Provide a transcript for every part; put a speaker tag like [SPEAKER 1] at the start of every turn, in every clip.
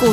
[SPEAKER 1] 股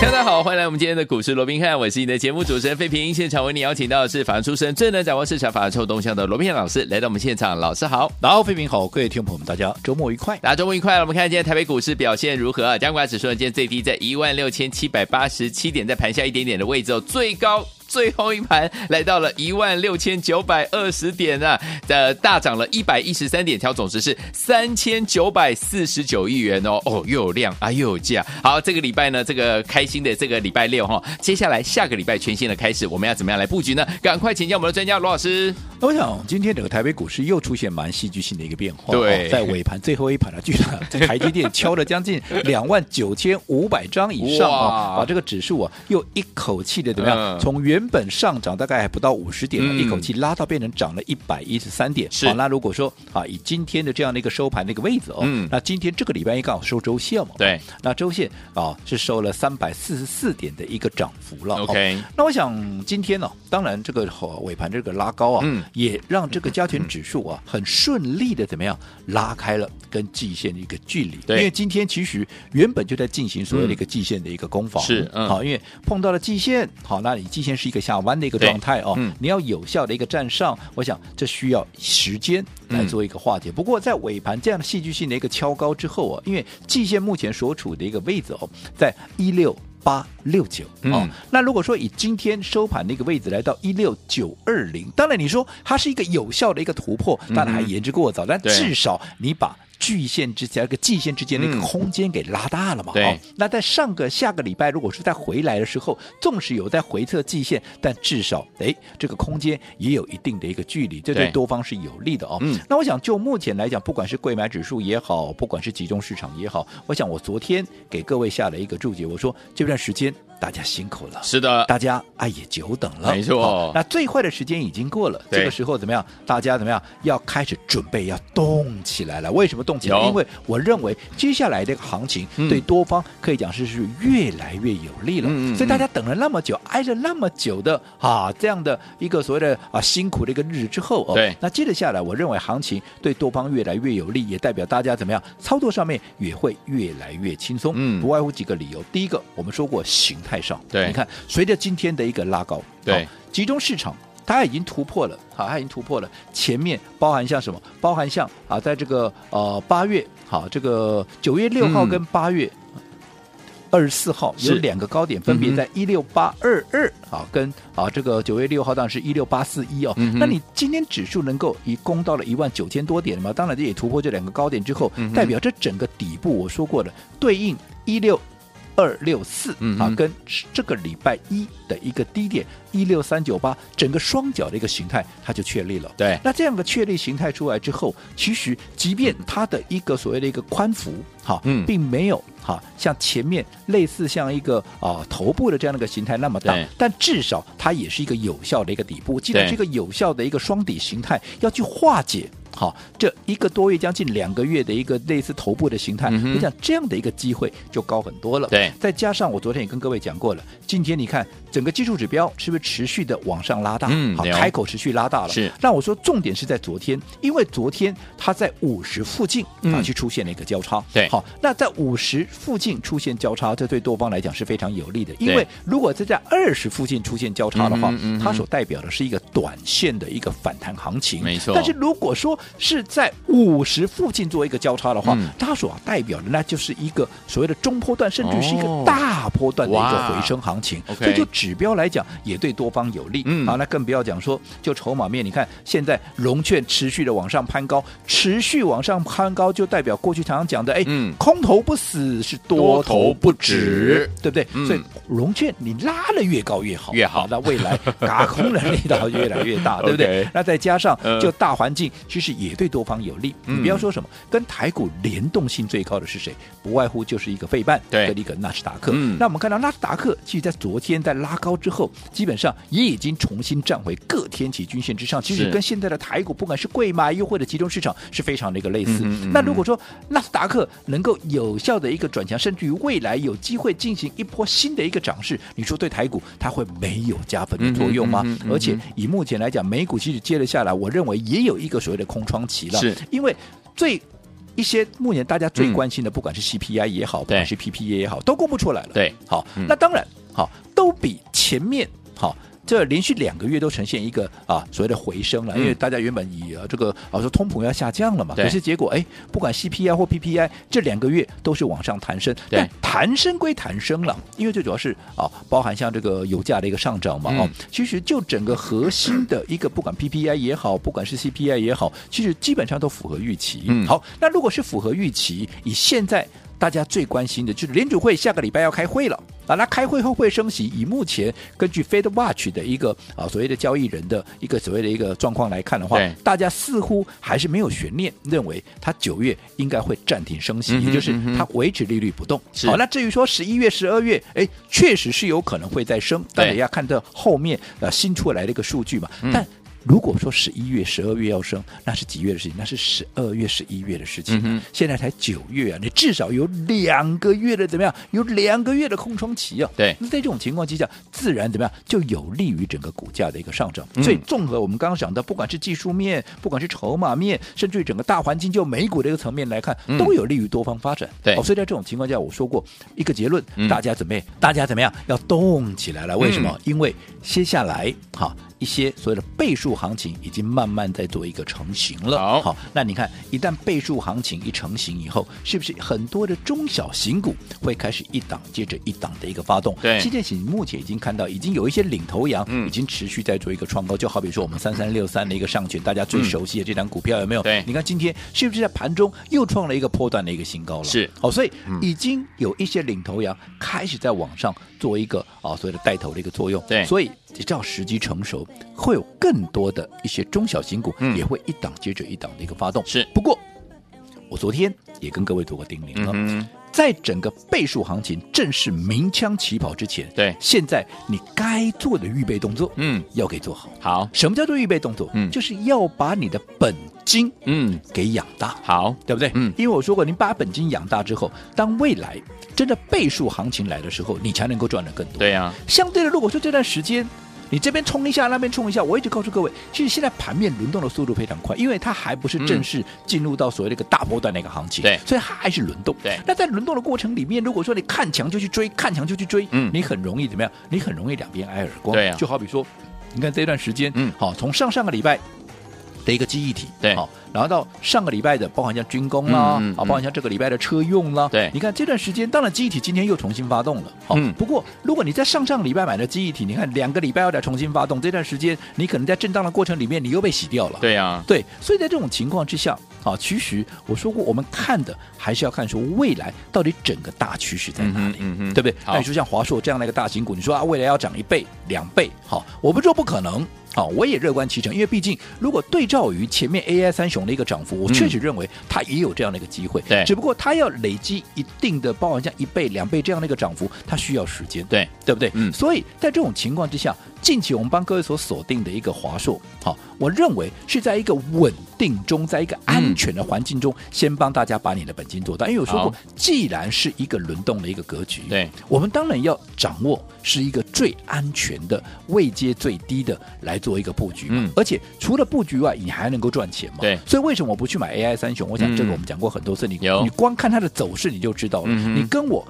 [SPEAKER 2] 大家好，欢迎来我们今天的股市罗宾汉，我是你的节目主持人费平。现场为你邀请到的是法律出身、最能掌握市场法律臭动向的罗宾汉老师来到我们现场，老师好。
[SPEAKER 3] 然后，飞平好，各位听众朋友们，大家周末愉快。
[SPEAKER 2] 大家周末愉快！我们看今天台北股市表现如何啊？加权指数呢，今天最低在16,787点，在盘下一点点的位置哦，最高。最后一盘来到了一万六千九百二十点啊，呃，大涨了一百一十三点，调总值是三千九百四十九亿元哦，哦，又有量啊，又有价。好，这个礼拜呢，这个开心的这个礼拜六哈、接下来下个礼拜全新的开始，我们要怎么样来布局呢？赶快请教我们的专家罗老师。
[SPEAKER 3] 那我想今天整个台北股市又出现蛮戏剧性的一个变化，
[SPEAKER 2] 对
[SPEAKER 3] 哦在尾盘最后一盘啊，居然 在台积电敲 了将近两万九千五百张以上啊
[SPEAKER 2] 哇，
[SPEAKER 3] 把这个指数啊又一口气的怎么样
[SPEAKER 2] 嗯？
[SPEAKER 3] 从原本上涨大概还不到五十点啊，
[SPEAKER 2] 嗯
[SPEAKER 3] 一口气拉到变成涨了一百一十三点。
[SPEAKER 2] 是
[SPEAKER 3] 好，那如果说啊，以今天的这样的一个收盘的一个位置哦
[SPEAKER 2] 嗯，
[SPEAKER 3] 那今天这个礼拜一刚好收周线嘛，
[SPEAKER 2] 对，
[SPEAKER 3] 那周线啊是收了三百四十四点的一个涨幅了。哦
[SPEAKER 2] OK
[SPEAKER 3] 那我想今天呢、当然这个、哦、尾盘这个拉高啊，
[SPEAKER 2] 嗯
[SPEAKER 3] 也让这个加权指数啊、很顺利的怎么样拉开了跟季线的一个距离。
[SPEAKER 2] 对
[SPEAKER 3] 因为今天其实原本就在进行所谓的一个季线的一个攻防，
[SPEAKER 2] 是嗯
[SPEAKER 3] 好，因为碰到了季线，好，那你季线是一个下弯的一个
[SPEAKER 2] 对
[SPEAKER 3] 状态哦，
[SPEAKER 2] 嗯
[SPEAKER 3] 你要有效的一个站上，我想这需要时间来
[SPEAKER 2] 嗯
[SPEAKER 3] 做一个化解。不过在尾盘这样的戏剧性的一个敲高之后啊，因为季线目前所处的一个位置哦，在一六。八六九哦
[SPEAKER 2] 嗯，
[SPEAKER 3] 那如果说以今天收盘的一个位置来到一六九二零，当然你说它是一个有效的一个突破，当然还言之过早，但
[SPEAKER 2] 嗯对
[SPEAKER 3] 至少你把距线之间、跟季线之间的一个
[SPEAKER 2] 嗯
[SPEAKER 3] 空间给拉大了嘛。
[SPEAKER 2] 对
[SPEAKER 3] 哦那在上个下个礼拜，如果说再回来的时候，纵使有在回测季线，但至少哎，这个空间也有一定的一个距离，这对
[SPEAKER 2] 对
[SPEAKER 3] 多方是有利的哦。
[SPEAKER 2] 嗯
[SPEAKER 3] 那我想就目前来讲，不管是贵买指数也好，不管是集中市场也好，我想我昨天给各位下了一个注解，我说这段时间大家辛苦了。
[SPEAKER 2] 是的，
[SPEAKER 3] 大家啊也久等了，
[SPEAKER 2] 没错
[SPEAKER 3] 好那最坏的时间已经过了，
[SPEAKER 2] 对
[SPEAKER 3] 这个时候怎么样？大家怎么样？要开始准备，要动起来了。为什么动起来？
[SPEAKER 2] 有
[SPEAKER 3] 因为我认为接下来这个行情
[SPEAKER 2] 嗯
[SPEAKER 3] 对多方可以讲是是越来越有利了。
[SPEAKER 2] 嗯嗯
[SPEAKER 3] 所以大家等了那么久，挨了那么久的啊这样的一个所谓的啊辛苦的一个日子之后哦，
[SPEAKER 2] 对
[SPEAKER 3] 那接着下来，我认为行情对多方越来越有利，也代表大家怎么样？操作上面也会越来越轻松。
[SPEAKER 2] 嗯
[SPEAKER 3] 不外乎几个理由。第一个，我们说过形态上，
[SPEAKER 2] 对
[SPEAKER 3] 你看随着今天的一个拉高，
[SPEAKER 2] 对
[SPEAKER 3] 好集中市场。它已经突破了，好，它已经突破了前面包含像什么？包含像啊，在这个呃八月，好，这个九月六号
[SPEAKER 2] 嗯
[SPEAKER 3] 跟八月二十四号有
[SPEAKER 2] 是
[SPEAKER 3] 两个高点，分别
[SPEAKER 2] 嗯哼
[SPEAKER 3] 在一六八二二啊，跟啊这个九月六号当然是一六八四一哦。
[SPEAKER 2] 嗯哼
[SPEAKER 3] 那你今天指数能够一攻到了一万九千多点嘛？当然这也突破这两个高点之后，
[SPEAKER 2] 嗯哼
[SPEAKER 3] 代表这整个底部我说过的对应一六。二六四
[SPEAKER 2] 嗯
[SPEAKER 3] 啊
[SPEAKER 2] 哼，
[SPEAKER 3] 跟这个礼拜一的一个低点一六三九八，整个双脚的一个形态它就确立了。
[SPEAKER 2] 对
[SPEAKER 3] 那这样的确立形态出来之后，其实即便它的一个所谓的一个宽幅，哈、
[SPEAKER 2] 嗯
[SPEAKER 3] 并没有哈、像前面类似像一个啊、头部的这样的一个形态那么大
[SPEAKER 2] 对，
[SPEAKER 3] 但至少它也是一个有效的一个底部。记得
[SPEAKER 2] 对
[SPEAKER 3] 这个有效的一个双底形态要去化解。好，这一个多月将近两个月的一个类似头部的形态，
[SPEAKER 2] 嗯哼
[SPEAKER 3] 我想这样的一个机会就高很多了。
[SPEAKER 2] 对
[SPEAKER 3] 再加上我昨天也跟各位讲过了，今天你看整个技术指标是不是持续的往上拉大？
[SPEAKER 2] 嗯
[SPEAKER 3] 好，
[SPEAKER 2] 有
[SPEAKER 3] 开口持续拉大了。
[SPEAKER 2] 是
[SPEAKER 3] 那我说重点是在昨天，因为昨天它在五十附近啊
[SPEAKER 2] 嗯
[SPEAKER 3] 去出现了一个交叉。
[SPEAKER 2] 对
[SPEAKER 3] 好，那在五十附近出现交叉，这对多方来讲是非常有利的，因为
[SPEAKER 2] 对
[SPEAKER 3] 如果这在二十附近出现交叉的话
[SPEAKER 2] 嗯哼嗯，哼
[SPEAKER 3] 它所代表的是一个短线的一个反弹行情。
[SPEAKER 2] 没错
[SPEAKER 3] 但是如果说是在五十附近做一个交叉的话
[SPEAKER 2] 嗯，
[SPEAKER 3] 它所代表的那就是一个所谓的中波段，甚至是一
[SPEAKER 2] 哦
[SPEAKER 3] 个大波段的一个
[SPEAKER 2] 哇
[SPEAKER 3] 回升行情。
[SPEAKER 2] OK
[SPEAKER 3] 所以就指标来讲，也对多方有利。
[SPEAKER 2] 嗯
[SPEAKER 3] 啊，那更不要讲说，就筹码面，你看现在融券持续的往上攀高，持续往上攀高，就代表过去常常讲的，哎，
[SPEAKER 2] 嗯
[SPEAKER 3] 空头不死是多
[SPEAKER 2] 多
[SPEAKER 3] 头
[SPEAKER 2] 头
[SPEAKER 3] 不
[SPEAKER 2] 不
[SPEAKER 3] 止
[SPEAKER 2] 止，
[SPEAKER 3] 对不对？
[SPEAKER 2] 嗯
[SPEAKER 3] 所以融券你拉的越高越好，
[SPEAKER 2] 越好
[SPEAKER 3] 那未来嘎空的力道越来越大，对不 对
[SPEAKER 2] OK？
[SPEAKER 3] 那再加上
[SPEAKER 2] 呃
[SPEAKER 3] 就大环境，其实也对多方有利。你不要
[SPEAKER 2] 嗯
[SPEAKER 3] 说什么跟台股联动性最高的是谁，不外乎就是一个费半
[SPEAKER 2] 对
[SPEAKER 3] 跟一个纳斯达克。
[SPEAKER 2] 嗯嗯
[SPEAKER 3] 那我们看到纳斯达克其实在昨天在拉高之后，基本上也已经重新站回各天期均线之上，其实
[SPEAKER 2] 是
[SPEAKER 3] 跟现在的台股不管是贵买又或者集中市场是非常的一个类似。
[SPEAKER 2] 嗯哼嗯哼
[SPEAKER 3] 那如果说纳斯达克能够有效的一个转强，甚至于未来有机会进行一波新的一个涨势，你说对台股它会没有加分的作用吗？
[SPEAKER 2] 嗯哼嗯哼嗯哼
[SPEAKER 3] 而且以目前来讲，美股其实接了下来，我认为也有一个所谓的空窗期了，
[SPEAKER 2] 是
[SPEAKER 3] 因为最。一些目前大家最
[SPEAKER 2] 嗯
[SPEAKER 3] 关心的，不管是 CPI 也好，不
[SPEAKER 2] 对
[SPEAKER 3] 管是 PPI 也好，都公布出来了。
[SPEAKER 2] 对，
[SPEAKER 3] 好，
[SPEAKER 2] 嗯
[SPEAKER 3] 那当然，好，都比前面好。这连续两个月都呈现一个啊所谓的回升了，
[SPEAKER 2] 嗯
[SPEAKER 3] 因为大家原本以、呃、这个啊说通膨要下降了嘛，
[SPEAKER 2] 对
[SPEAKER 3] 可是结果哎，不管 CPI 或 PPI 这两个月都是往上弹升，
[SPEAKER 2] 对
[SPEAKER 3] 但弹升归弹升了，因为最主要是啊包含像这个油价的一个上涨嘛，
[SPEAKER 2] 嗯
[SPEAKER 3] 哦，其实就整个核心的一个不管 PPI 也好，不管是 CPI 也好，其实基本上都符合预期。
[SPEAKER 2] 嗯
[SPEAKER 3] 好，那如果是符合预期，以现在大家最关心的就是联储会下个礼拜要开会了啊，那开会后会升息。以目前根据 Fed Watch 的一个啊所谓的交易人的一个所谓的一个状况来看的话
[SPEAKER 2] 对，
[SPEAKER 3] 大家似乎还是没有悬念，认为它九月应该会暂停升息，
[SPEAKER 2] 嗯哼
[SPEAKER 3] 也就是
[SPEAKER 2] 嗯哼
[SPEAKER 3] 它维持利率不动。
[SPEAKER 2] 是
[SPEAKER 3] 好，那至于说十一月、十二月，哎，确实是有可能会再升，但
[SPEAKER 2] 对
[SPEAKER 3] 也要看到后面呃新出来的一个数据嘛。
[SPEAKER 2] 嗯
[SPEAKER 3] 但如果说十一月、十二月要升，那是几月的事情？那是十二月、十一月的事情啊、
[SPEAKER 2] 嗯哼
[SPEAKER 3] 现在才九月啊，你至少有两个月的怎么样？有两个月的空窗期啊。
[SPEAKER 2] 对
[SPEAKER 3] 那在这种情况之下，自然怎么样就有利于整个股价的一个上涨。
[SPEAKER 2] 嗯
[SPEAKER 3] 所以综合我们刚刚讲的，不管是技术面，不管是筹码面，甚至于整个大环境就美股的一个层面来看，
[SPEAKER 2] 嗯
[SPEAKER 3] 都有利于多方发展。哦
[SPEAKER 2] 对
[SPEAKER 3] 好所以在这种情况下，我说过一个结论
[SPEAKER 2] 嗯，
[SPEAKER 3] 大家准备，大家怎么样要动起来了？为什么？因为接下来哈。一些所谓的倍数行情已经慢慢在做一个成型了。
[SPEAKER 2] 好
[SPEAKER 3] 好，那你看，一旦倍数行情一成型以后，是不是很多的中小型股会开始一档接着一档的一个发动？
[SPEAKER 2] 对
[SPEAKER 3] 这件事情目前已经看到，已经有一些领头羊
[SPEAKER 2] 嗯
[SPEAKER 3] 已经持续在做一个创高，就好比说我们三三六三的一个上权，大家最
[SPEAKER 2] 嗯
[SPEAKER 3] 熟悉的这张股票有没有？
[SPEAKER 2] 对
[SPEAKER 3] 你看今天是不是在盘中又创了一个波段的一个新高了？
[SPEAKER 2] 是
[SPEAKER 3] 哦，所以已经有一些领头羊开始在往上做一个啊所谓的带头的一个作用。
[SPEAKER 2] 对
[SPEAKER 3] 所以只要时机成熟，会有更多的一些中小型股
[SPEAKER 2] 嗯
[SPEAKER 3] 也会一档接着一档的一个发动。
[SPEAKER 2] 是
[SPEAKER 3] 不过我昨天也跟各位做过叮咛了。
[SPEAKER 2] 嗯哼，
[SPEAKER 3] 在整个倍数行情正式鸣枪起跑之前，
[SPEAKER 2] 对
[SPEAKER 3] 现在你该做的预备动作，
[SPEAKER 2] 嗯，
[SPEAKER 3] 要给做好。
[SPEAKER 2] 好，
[SPEAKER 3] 什么叫做预备动作？
[SPEAKER 2] 嗯
[SPEAKER 3] 就是要把你的本金
[SPEAKER 2] 嗯，
[SPEAKER 3] 给养大。
[SPEAKER 2] 好，
[SPEAKER 3] 对不对？
[SPEAKER 2] 嗯
[SPEAKER 3] 因为我说过，你把本金养大之后，当未来真的倍数行情来的时候，你才能够赚得更多。
[SPEAKER 2] 对呀，
[SPEAKER 3] 相对的，如果说这段时间你这边冲一下，那边冲一下，我一直告诉各位，其实现在盘面轮动的速度非常快，因为它还不是正式进入到所谓的一个大波段的一个行情，
[SPEAKER 2] 嗯对
[SPEAKER 3] 所以它还是轮动。
[SPEAKER 2] 对
[SPEAKER 3] 那在轮动的过程里面，如果说你看强就去追，看强就去追，
[SPEAKER 2] 嗯
[SPEAKER 3] 你很容易怎么样？你很容易两边挨耳光。
[SPEAKER 2] 对啊
[SPEAKER 3] 就好比说，你看这段时间，
[SPEAKER 2] 嗯
[SPEAKER 3] 好，从上上个礼拜。的一个记忆体，
[SPEAKER 2] 对
[SPEAKER 3] 好，然后到上个礼拜的，包含像军工啦，
[SPEAKER 2] 嗯嗯
[SPEAKER 3] 啊，包含像这个礼拜的车用啦，
[SPEAKER 2] 对
[SPEAKER 3] 你看这段时间，当然记忆体今天又重新发动了，好，
[SPEAKER 2] 嗯
[SPEAKER 3] 不过如果你在上上礼拜买的记忆体，你看两个礼拜要再重新发动，这段时间你可能在震荡的过程里面，你又被洗掉了，
[SPEAKER 2] 对呀，
[SPEAKER 3] 对，所以在这种情况之下，啊，其实我说过，我们看的还是要看说未来到底整个大趋势在哪里，
[SPEAKER 2] 嗯哼嗯哼
[SPEAKER 3] 对不对？
[SPEAKER 2] 好
[SPEAKER 3] 那你说像华硕这样的一个大型股，你说啊，未来要涨一倍、两倍，好，我不是说不可能。好，我也乐观其成，因为毕竟如果对照于前面 AI 三雄的一个涨幅，我
[SPEAKER 2] 嗯
[SPEAKER 3] 确实认为它也有这样的一个机会。
[SPEAKER 2] 对
[SPEAKER 3] 只不过它要累积一定的，包含像一倍、两倍这样的一个涨幅，它需要时间。
[SPEAKER 2] 对，
[SPEAKER 3] 对不对？
[SPEAKER 2] 嗯
[SPEAKER 3] 所以在这种情况之下，近期我们帮各位所锁定的一个华硕，好，我认为是在一个稳定中，在一个安全的环境中，先帮大家把你的本金做到。因为我说过
[SPEAKER 2] 好，
[SPEAKER 3] 既然是一个轮动的一个格局，
[SPEAKER 2] 对，
[SPEAKER 3] 我们当然要掌握是一个最安全的、位阶最低的来做一个布局嘛。
[SPEAKER 2] 嗯
[SPEAKER 3] 而且除了布局外，你还能够赚钱嘛。
[SPEAKER 2] 对
[SPEAKER 3] 所以为什么我不去买 AI 三雄？我想这个
[SPEAKER 2] 嗯
[SPEAKER 3] 我们讲过很多次，你
[SPEAKER 2] 有
[SPEAKER 3] 你光看它的走势你就知道了，
[SPEAKER 2] 嗯哼
[SPEAKER 3] 你跟我。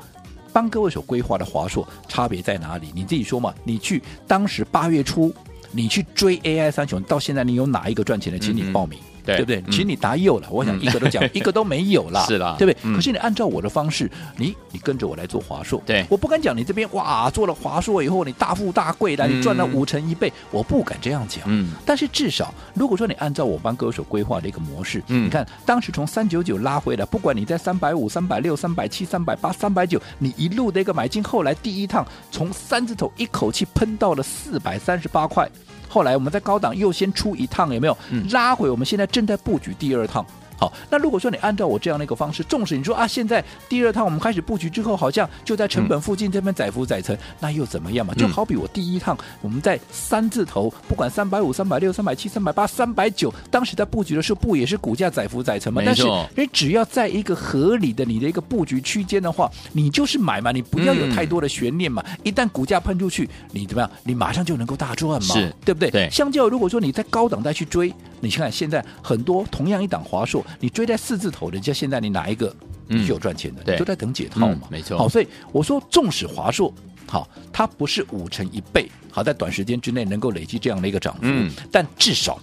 [SPEAKER 3] 帮各位所规划的华硕差别在哪里？你自己说嘛。你去当时八月初，你去追 AI 三雄，到现在你有哪一个赚钱的？请
[SPEAKER 2] 嗯
[SPEAKER 3] 你
[SPEAKER 2] 哼
[SPEAKER 3] 报名，
[SPEAKER 2] 对
[SPEAKER 3] 不对
[SPEAKER 2] 嗯？
[SPEAKER 3] 请你答有了，我想一个 都讲一个都没有啦，
[SPEAKER 2] 是啦
[SPEAKER 3] 对不对？
[SPEAKER 2] 嗯
[SPEAKER 3] 可是你按照我的方式，你你跟着我来做华硕，
[SPEAKER 2] 对
[SPEAKER 3] 我不敢讲你这边哇做了华硕以后你大富大贵啦，你赚了
[SPEAKER 2] 嗯
[SPEAKER 3] 五成一倍，我不敢这样讲。
[SPEAKER 2] 嗯，
[SPEAKER 3] 但是至少，如果说你按照我帮各位所规划的一个模式，
[SPEAKER 2] 嗯
[SPEAKER 3] 你看当时从三九九拉回来，不管你在三百五、三百六、三百七、三百八、三百九，你一路的一个买进，后来第一趟从三字头一口气喷到了四百三十八块，后来我们在高档又先出一趟，有没有？
[SPEAKER 2] 嗯
[SPEAKER 3] 拉回，我们现在正在布局第二趟。好，那如果说你按照我这样的一个方式，纵使你说啊，现在第二趟我们开始布局之后，好像就在成本附近这边载浮载沉，那又怎么样嘛？就嗯好比我第一趟我们在三字头，不管三百五、三百六、三百七、三百八、三百九，当时在布局的时候，不也是股价载浮载沉吗？
[SPEAKER 2] 没
[SPEAKER 3] 但是
[SPEAKER 2] 错
[SPEAKER 3] 你只要在一个合理的你的一个布局区间的话，你就是买嘛，你不要有
[SPEAKER 2] 嗯
[SPEAKER 3] 太多的悬念嘛。一旦股价喷出去，你怎么样？你马上就能够大赚嘛，
[SPEAKER 2] 是
[SPEAKER 3] 对不对？
[SPEAKER 2] 对
[SPEAKER 3] 相较如果说你在高档再去追，你看现在很多同样一档华硕，你追在四字头，人家现在你哪一个
[SPEAKER 2] 嗯
[SPEAKER 3] 是有赚钱的？
[SPEAKER 2] 对
[SPEAKER 3] 都在等解套嘛，
[SPEAKER 2] 嗯没错
[SPEAKER 3] 好，所以我说，纵使华硕。好，它不是五成一倍，好，在短时间之内能够累积这样的一个涨幅，
[SPEAKER 2] 嗯
[SPEAKER 3] 但至少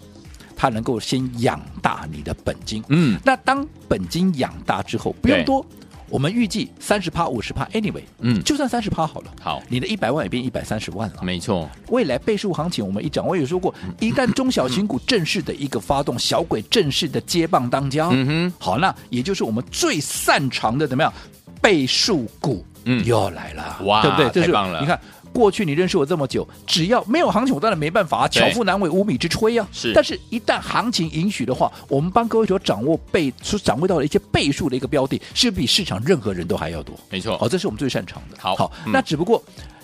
[SPEAKER 3] 它能够先养大你的本金，
[SPEAKER 2] 嗯
[SPEAKER 3] 那当本金养大之后，不
[SPEAKER 2] 对
[SPEAKER 3] 用多，我们预计三十趴、五十趴，anyway，
[SPEAKER 2] 嗯
[SPEAKER 3] 就算三十趴好了。
[SPEAKER 2] 好
[SPEAKER 3] 你的一百万也变一百三十万了。
[SPEAKER 2] 没错，
[SPEAKER 3] 未来倍数行情，我们一讲，我也说过，
[SPEAKER 2] 嗯
[SPEAKER 3] 一旦中小型股正式的一个发动，小鬼正式的接棒当家，
[SPEAKER 2] 嗯哼，
[SPEAKER 3] 好，那也就是我们最擅长的怎么样？倍数股，
[SPEAKER 2] 嗯
[SPEAKER 3] 又来了，
[SPEAKER 2] 哇
[SPEAKER 3] 对不对？这
[SPEAKER 2] 太
[SPEAKER 3] 是
[SPEAKER 2] 棒了
[SPEAKER 3] 你看。过去你认识我这么久，只要没有行情，我当然没办法、啊，
[SPEAKER 2] 对
[SPEAKER 3] 巧妇难为无米之炊啊。
[SPEAKER 2] 是
[SPEAKER 3] 但是一旦行情允许的话，我们帮各位所掌握倍所掌握到的一些倍数的一个标的，是比市场任何人都还要多。
[SPEAKER 2] 没错
[SPEAKER 3] 好、哦这是我们最擅长的。
[SPEAKER 2] 哦好
[SPEAKER 3] 好，
[SPEAKER 2] 嗯
[SPEAKER 3] 那只不过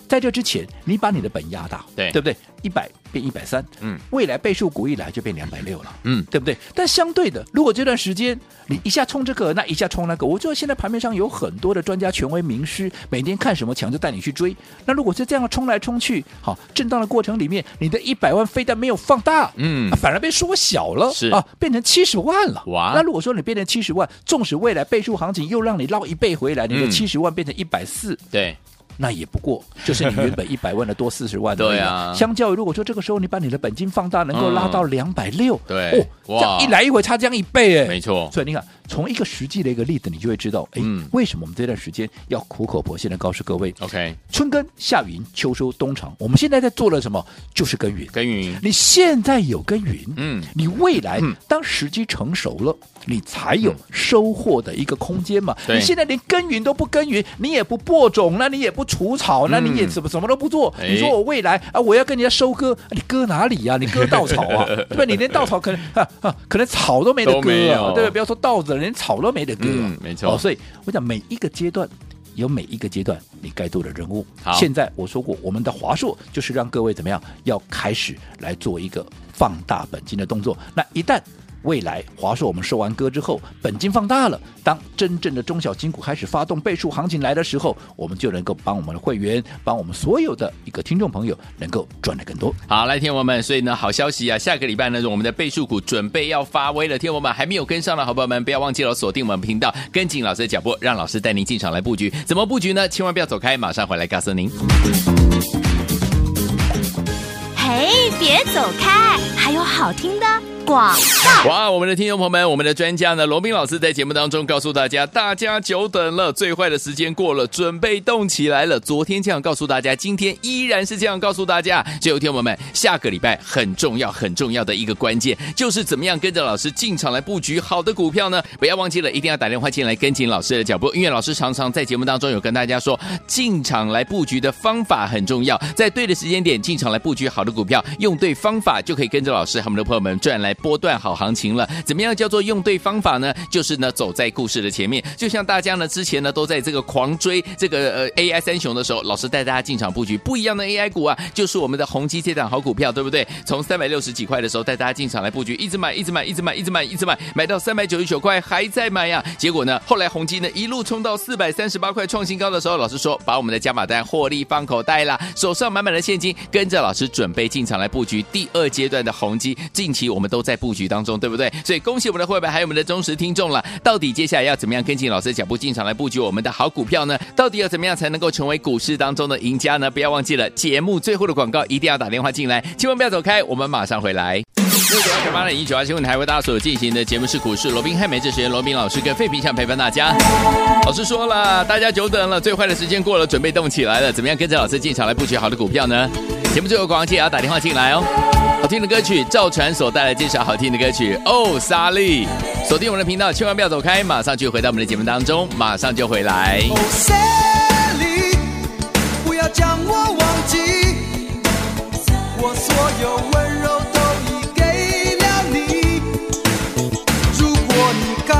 [SPEAKER 3] 在这之前，你把你的本压大，
[SPEAKER 2] 对
[SPEAKER 3] 对不对？一百变一百三，
[SPEAKER 2] 嗯，
[SPEAKER 3] 未来倍数股一来就变两百六了，
[SPEAKER 2] 嗯
[SPEAKER 3] 对不对？但相对的，如果这段时间你一下冲这个，那一下冲那个，我知道现在盘面上有很多的专家、权威、名师，每天看什么强就带你去追。那如果是这样冲来冲去，好，震荡的过程里面，你的一百万非但没有放大，
[SPEAKER 2] 嗯
[SPEAKER 3] 啊反而被缩小了，
[SPEAKER 2] 是
[SPEAKER 3] 啊，变成七十万了。
[SPEAKER 2] 哇
[SPEAKER 3] 那如果说你变成七十万，纵使未来倍数行情又让你捞一倍回来，你的
[SPEAKER 2] 嗯
[SPEAKER 3] 七十万变成一百四，
[SPEAKER 2] 对，
[SPEAKER 3] 那也不过就是你原本一百万的多四十万而已。
[SPEAKER 2] 对啊嗯
[SPEAKER 3] 相较于如果说这个时候你把你的本金放大，能够拉到两百六，
[SPEAKER 2] 对
[SPEAKER 3] 哦，这样
[SPEAKER 2] 哇
[SPEAKER 3] 一来一回差将一倍哎，
[SPEAKER 2] 没错，
[SPEAKER 3] 所以你看，从一个实际的一个例子，你就会知道，哎、
[SPEAKER 2] 嗯
[SPEAKER 3] 为什么我们这段时间要苦口婆心的告诉各位，
[SPEAKER 2] OK，
[SPEAKER 3] 春耕、夏耘、秋收、冬藏，我们现在在做了什么？就是耕耘。
[SPEAKER 2] 耕耘，
[SPEAKER 3] 你现在有耕耘，
[SPEAKER 2] 嗯
[SPEAKER 3] 你未来
[SPEAKER 2] 嗯
[SPEAKER 3] 当时机成熟了，你才有
[SPEAKER 2] 嗯
[SPEAKER 3] 收获的一个空间嘛。
[SPEAKER 2] 对
[SPEAKER 3] 你现在连耕耘都不耕耘，你也不播种，那你也不除草，那你也
[SPEAKER 2] 嗯
[SPEAKER 3] 什么什么都不做。
[SPEAKER 2] 哎
[SPEAKER 3] 你说我未来啊，我要跟人家收割，你割哪里呀、你割稻草 啊，对吧？你连稻草可能啊啊，可能草都没得
[SPEAKER 2] 都
[SPEAKER 3] 割
[SPEAKER 2] 没有
[SPEAKER 3] 啊，对吧？不要说稻子了，连草都没得割、啊
[SPEAKER 2] 嗯没错
[SPEAKER 3] 哦所以我讲每一个阶段。有每一个阶段你该做的任务
[SPEAKER 2] 好。
[SPEAKER 3] 现在我说过，我们的华硕就是让各位怎么样，要开始来做一个放大本金的动作。那一旦未来华硕我们收完割之后，本金放大了，当真正的中小金股开始发动倍数行情来的时候，我们就能够帮我们的会员，帮我们所有的一个听众朋友，能够赚得更多。
[SPEAKER 2] 好，来，天友们，所以呢，好消息啊，下个礼拜呢，我们的倍数股准备要发威了。天友们还没有跟上的好朋友们，不要忘记了锁定我们频道，跟紧老师的脚步，让老师带您进场来布局。怎么布局呢？千万不要走开，马上回来告诉您。
[SPEAKER 1] 嘿，别走开，还有好听的广。
[SPEAKER 2] 哇，我们的听众朋友们，我们的专家呢，罗斌老师在节目当中告诉大家，大家久等了，最坏的时间过了，准备动起来了。昨天这样告诉大家，今天依然是这样告诉大家。所以，有听众朋友们，下个礼拜很重要、很重要的一个关键，就是怎么样跟着老师进场来布局好的股票呢？不要忘记了，一定要打电话进来跟紧老师的脚步，因为老师常常在节目当中有跟大家说，进场来布局的方法很重要，在对的时间点进场来布局好的股票，用对方法就可以跟着老师和我们的朋友们赚来波段好行情了。怎么样叫做用对方法呢？就是呢走在故事的前面，就像大家呢之前呢都在这个狂追这个呃 AI 三雄的时候，老师带大家进场布局不一样的 AI 股啊，就是我们的宏基这档好股票，对不对？从三百六十几块的时候带大家进场来布局，一直买，一直买，一直买，一直买，一直买，买到三百九十九块还在买呀、结果呢，后来宏基呢一路冲到四百三十八块创新高的时候，老师说把我们的加码单获利放口袋啦，手上满满的现金，跟着老师准备进场来布局第二阶段的宏基。近期我们都在布局当中，对不对？所以恭喜我们的会员还有我们的忠实听众了。到底接下来要怎么样跟进老师的脚步进场来布局我们的好股票呢？到底要怎么样才能够成为股市当中的赢家呢？不要忘记了节目最后的广告，一定要打电话进来，千万不要走开，我们马上回来。六九二九八零一九二新闻台为大家所进行的节目是股市罗宾汉美这时间罗宾老师跟费平想陪伴大家。老师说了，大家久等了，最坏的时间过了，准备动起来了。怎么样跟着老师进场来布局好的股票呢？节目最后广告记得要打电话进来哦。好听的歌曲，赵传所带来这首好听的歌曲《哦，莎莉》，锁定我们的频道，千万不要走开，马上就回到我们的节目当中，马上就回来。
[SPEAKER 4] 哦，Sally，不要将我忘记，我所有温柔都已给了你。如果你告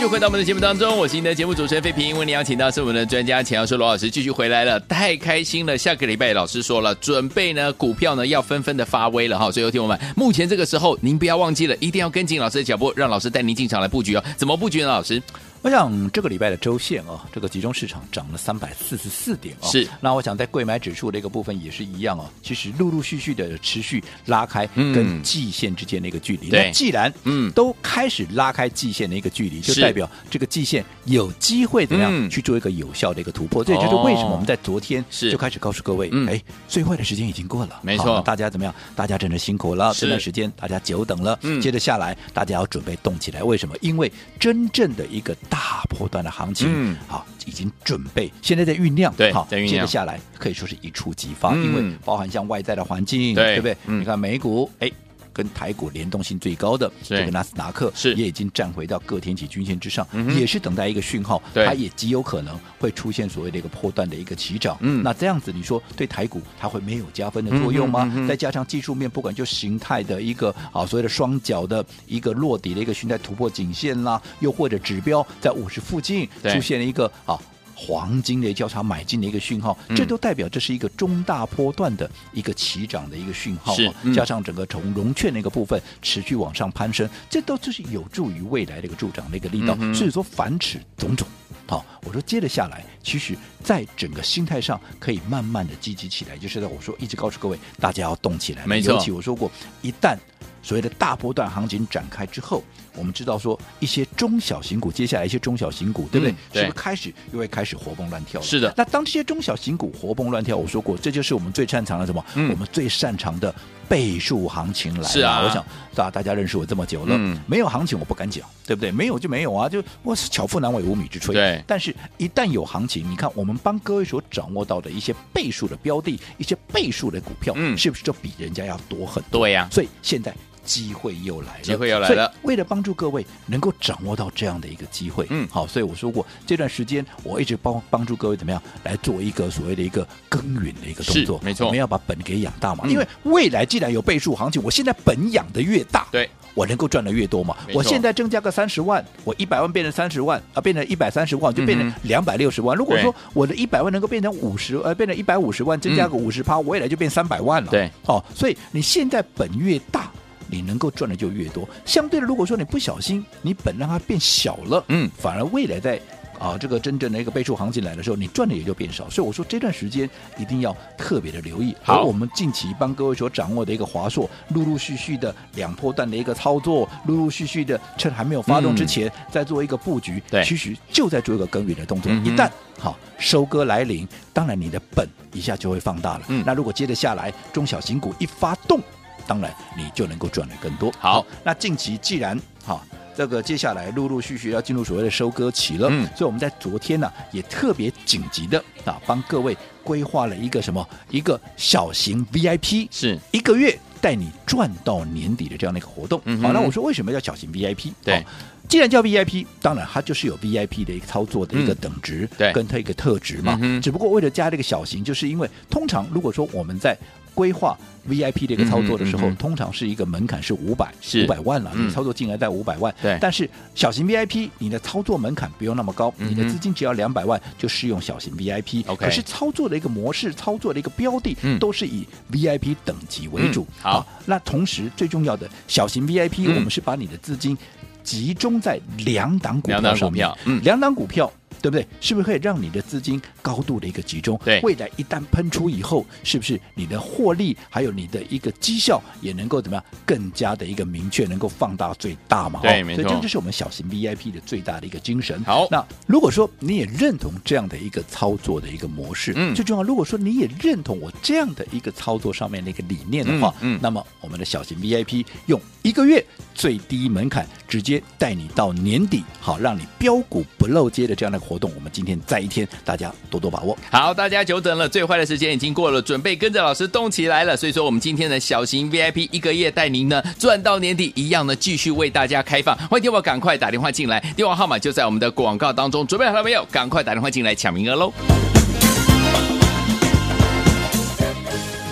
[SPEAKER 2] 续回到我们的节目当中，我是您的节目主持人费平。为您邀请到是我们的专家钱教授罗老师继续回来了，太开心了！下个礼拜老师说了，准备呢股票呢要纷纷的发威了哈，所以有听我们，目前这个时候您不要忘记了，一定要跟紧老师的脚步，让老师带您进场来布局哦。怎么布局呢？老师
[SPEAKER 3] 我想这个礼拜的周线啊，这个集中市场涨了三百四十四点啊。
[SPEAKER 2] 是
[SPEAKER 3] 那我想在贵买指数这个部分也是一样哦。其实陆陆续续的持续拉开
[SPEAKER 2] 嗯
[SPEAKER 3] 跟季线之间的一个距离。
[SPEAKER 2] 对
[SPEAKER 3] 那既然
[SPEAKER 2] 嗯
[SPEAKER 3] 嗯都开始拉开季线的一个距离，就是代表这个季线有机会怎么样、
[SPEAKER 2] 嗯哦
[SPEAKER 3] 去做一个有效的一个突破。这也就是为什么我们在昨天
[SPEAKER 2] 是
[SPEAKER 3] 就开始告诉各位
[SPEAKER 2] 嗯，
[SPEAKER 3] 哎，最坏的时间已经过了，
[SPEAKER 2] 没错
[SPEAKER 3] 好那大家怎么样？大家真的辛苦了，
[SPEAKER 2] 是
[SPEAKER 3] 这段时间大家久等了，
[SPEAKER 2] 嗯
[SPEAKER 3] 接着下来大家要准备动起来。为什么？因为真正的一个大波段的行情，
[SPEAKER 2] 嗯
[SPEAKER 3] 好，已经准备，现在在酝酿，
[SPEAKER 2] 对
[SPEAKER 3] 好，
[SPEAKER 2] 在酝酿
[SPEAKER 3] 接着下来可以说是一触即发，
[SPEAKER 2] 嗯
[SPEAKER 3] 因为包含像外在的环境，
[SPEAKER 2] 对
[SPEAKER 3] 不对？
[SPEAKER 2] 嗯
[SPEAKER 3] 你看美股，哎。跟台股联动性最高的
[SPEAKER 2] 是
[SPEAKER 3] 这个纳斯达克
[SPEAKER 2] 是嗯
[SPEAKER 3] 也已经站回到各天体均线之上，
[SPEAKER 2] 哼
[SPEAKER 3] 也是等待一个讯号，
[SPEAKER 2] 对
[SPEAKER 3] 它也极有可能会出现所谓的一个波段的一个起涨。
[SPEAKER 2] 嗯
[SPEAKER 3] 那这样子你说对台股它会没有加分的作用吗？
[SPEAKER 2] 嗯哼嗯哼
[SPEAKER 3] 再加上技术面，不管就形态的一个啊，所谓的双脚的一个落底的一个形态突破颈线啦，又或者指标在五十附近
[SPEAKER 2] 对
[SPEAKER 3] 出现了一个啊。黄金的交叉买进的一个讯号，
[SPEAKER 2] 嗯
[SPEAKER 3] 这都代表这是一个中大波段的一个起涨的一个讯号、
[SPEAKER 2] 是
[SPEAKER 3] 啊
[SPEAKER 2] 嗯
[SPEAKER 3] 加上整个从融券那个部分持续往上攀升，这都就是有助于未来的一个助长的一个力道。
[SPEAKER 2] 嗯哼
[SPEAKER 3] 所以说，反指种种。好，我说接着下来，其实在整个心态上可以慢慢的积极起来，就是在我说一直告诉各位，大家要动起来。
[SPEAKER 2] 没错
[SPEAKER 3] 尤其我说过，一旦所谓的大波段行情展开之后，我们知道说一些中小型股，接下来一些中小型股，对不对？
[SPEAKER 2] 嗯对
[SPEAKER 3] 是不是开始又会开始活蹦乱跳了？
[SPEAKER 2] 是的
[SPEAKER 3] 那当这些中小型股活蹦乱跳，我说过，这就是我们最擅长的什么？
[SPEAKER 2] 嗯
[SPEAKER 3] 我们最擅长的倍数行情来了。
[SPEAKER 2] 是啊
[SPEAKER 3] 我想大大家认识我这么久了，
[SPEAKER 2] 嗯
[SPEAKER 3] 没有行情我不敢讲，对不对？没有就没有啊，就我是巧妇难为无米之炊。
[SPEAKER 2] 对
[SPEAKER 3] 但是一旦有行情，你看我们帮各位所掌握到的一些倍数的标的，一些倍数的股票，
[SPEAKER 2] 嗯
[SPEAKER 3] 是不是就比人家要多很多？
[SPEAKER 2] 对呀、
[SPEAKER 3] 所以现在机会又来了，
[SPEAKER 2] 机会又来
[SPEAKER 3] 所以
[SPEAKER 2] 了
[SPEAKER 3] 为了帮助各位能够掌握到这样的一个机会，
[SPEAKER 2] 嗯
[SPEAKER 3] 好，所以我说过这段时间我一直帮帮助各位怎么样来做一个所谓的一个耕耘的一个动作，
[SPEAKER 2] 是没错
[SPEAKER 3] 我们要把本给养大嘛，
[SPEAKER 2] 嗯
[SPEAKER 3] 因为未来既然有倍数行情，我现在本养的越大，
[SPEAKER 2] 对。
[SPEAKER 3] 我能够赚的越多嘛
[SPEAKER 2] 没？错
[SPEAKER 3] 我现在增加个三十万，我一百万变成三十万啊，变成一百三十万，就
[SPEAKER 2] 嗯
[SPEAKER 3] 变成两百六十万。如果
[SPEAKER 2] 对嗯
[SPEAKER 3] 说我的一百万能够变成五十，呃，变成一百五十万，增加个五十趴，我未来就变三百万了。
[SPEAKER 2] 对，
[SPEAKER 3] 哦，所以你现在本越大。你能够赚的就越多，相对的，如果说你不小心，你本让它变小了，
[SPEAKER 2] 嗯
[SPEAKER 3] 反而未来在啊这个真正的一个倍数行情来的时候，你赚的也就变少。所以我说这段时间一定要特别的留意。
[SPEAKER 2] 好
[SPEAKER 3] 而我们近期帮各位所掌握的一个华硕，陆陆续续的两波段的一个操作，陆陆续续的趁还没有发动之前，再做一个布局，
[SPEAKER 2] 对
[SPEAKER 3] 其实就在做一个耕耘的动作。
[SPEAKER 2] 嗯哼
[SPEAKER 3] 一旦好收割来临，当然你的本一下就会放大了。
[SPEAKER 2] 嗯
[SPEAKER 3] 那如果接着下来，中小型股一发动，当然你就能够赚得更多。
[SPEAKER 2] 好，
[SPEAKER 3] 那近期既然哈、这个接下来陆陆续续要进入所谓的收割期了，
[SPEAKER 2] 嗯
[SPEAKER 3] 所以我们在昨天呢、也特别紧急的啊帮各位规划了一个什么一个小型 VIP
[SPEAKER 2] 是
[SPEAKER 3] 一个月带你赚到年底的这样的一个活动。
[SPEAKER 2] 嗯哼
[SPEAKER 3] 好，那我说为什么要小型 VIP？
[SPEAKER 2] 对
[SPEAKER 3] 好既然叫 VIP，当然它就是有 VIP 的一个操作的一个
[SPEAKER 2] 嗯
[SPEAKER 3] 等值，
[SPEAKER 2] 对
[SPEAKER 3] 跟它一个特值嘛。
[SPEAKER 2] 嗯哼
[SPEAKER 3] 只不过为了加这个小型，就是因为通常如果说我们在规划 VIP 的一个操作的时
[SPEAKER 2] 嗯
[SPEAKER 3] 候，
[SPEAKER 2] 哼嗯哼
[SPEAKER 3] 通常是一个门槛是五百，
[SPEAKER 2] 是
[SPEAKER 3] 五百万了，
[SPEAKER 2] 嗯
[SPEAKER 3] 你操作金额在五百万。
[SPEAKER 2] 对
[SPEAKER 3] 但是小型 VIP 你的操作门槛不用那么高，你
[SPEAKER 2] 嗯
[SPEAKER 3] 的
[SPEAKER 2] 哼
[SPEAKER 3] 资金只要两百万就适用小型 VIP。
[SPEAKER 2] OK
[SPEAKER 3] 可是操作的一个模式、操作的一个标的，
[SPEAKER 2] 嗯
[SPEAKER 3] 都是以 VIP 等级为主。
[SPEAKER 2] 嗯好
[SPEAKER 3] 那同时最重要的小型 VIP，、
[SPEAKER 2] 嗯
[SPEAKER 3] 我们是把你的资金集中在两档股
[SPEAKER 2] 两档
[SPEAKER 3] 票
[SPEAKER 2] 股
[SPEAKER 3] 上面
[SPEAKER 2] 票，嗯
[SPEAKER 3] 两档股票。对不对？是不是可以让你的资金高度的一个集中？
[SPEAKER 2] 对
[SPEAKER 3] 未来一旦喷出以后，是不是你的获利还有你的一个绩效也能够怎么样更加的一个明确，能够放大最大嘛？
[SPEAKER 2] 对
[SPEAKER 3] 哦
[SPEAKER 2] 没
[SPEAKER 3] 所以
[SPEAKER 2] 错
[SPEAKER 3] 这就是我们小型 VIP 的最大的一个精神。
[SPEAKER 2] 好
[SPEAKER 3] 那如果说你也认同这样的一个操作的一个模式，
[SPEAKER 2] 嗯
[SPEAKER 3] 最重要，如果说你也认同我这样的一个操作上面的一个理念的话，
[SPEAKER 2] 嗯嗯
[SPEAKER 3] 那么我们的小型 VIP 用一个月最低门槛，直接带你到年底，好让你标股不漏接的这样的活动，我们今天再一天，大家多多把握。
[SPEAKER 2] 好，大家久等了，最坏的时间已经过了，准备跟着老师动起来了。所以说，我们今天的小型 VIP 一个月带您呢赚到年底一样呢，继续为大家开放。欢迎电话赶快打电话进来，电话号码就在我们的广告当中。准备好了没有？赶快打电话进来抢名额喽！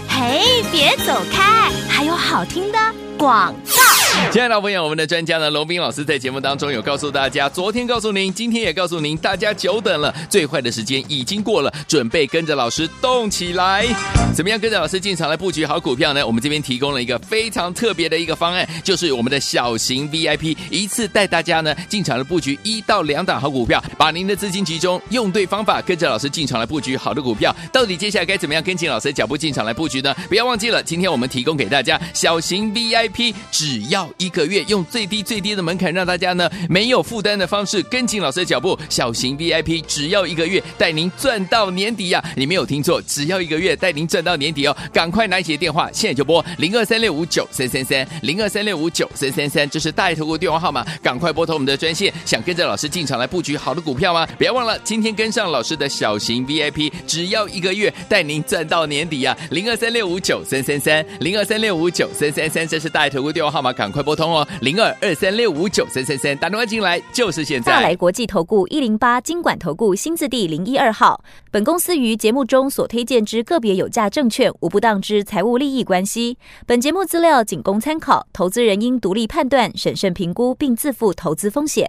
[SPEAKER 1] 嘿，别走开，还有好听的广告。
[SPEAKER 2] 亲爱的朋友我们的专家呢，龙斌老师在节目当中有告诉大家，昨天告诉您，今天也告诉您，大家久等了，最坏的时间已经过了，准备跟着老师动起来。怎么样跟着老师进场来布局好股票呢？我们这边提供了一个非常特别的一个方案，就是我们的小型 VIP 一次带大家呢进场来布局一到两档好股票，把您的资金集中，用对方法，跟着老师进场来布局好的股票。到底接下来该怎么样跟紧老师的脚步进场来布局呢？不要忘记了，今天我们提供给大家小型 VIP，只要一个月，用最低最低的门槛，让大家呢没有负担的方式跟紧老师的脚步。小型 VIP 只要一个月，带您赚到年底呀、你没有听错，只要一个月带您赚到年底哦！赶快拿起电话，现在就拨零二三六五九三三三零二三六五九三三三，这是大爱投顾电话号码，赶快拨通我们的专线。想跟着老师进场来布局好的股票吗？不要忘了，今天跟上老师的小型 VIP，只要一个月，带您赚到年底呀、啊！零二三六五九三三三零二三六五九三三三，这是大爱投顾电话号码，赶快拨通哦！零二二三六五九三三三，打电话进来就是现在。
[SPEAKER 1] 大来国际投顾一零八金管投顾新字第零一二号。本公司于节目中所推荐之个别有价证券，无不当之财务利益关系。本节目资料仅供参考，投资人应独立判断、审慎评估，并自负投资风险。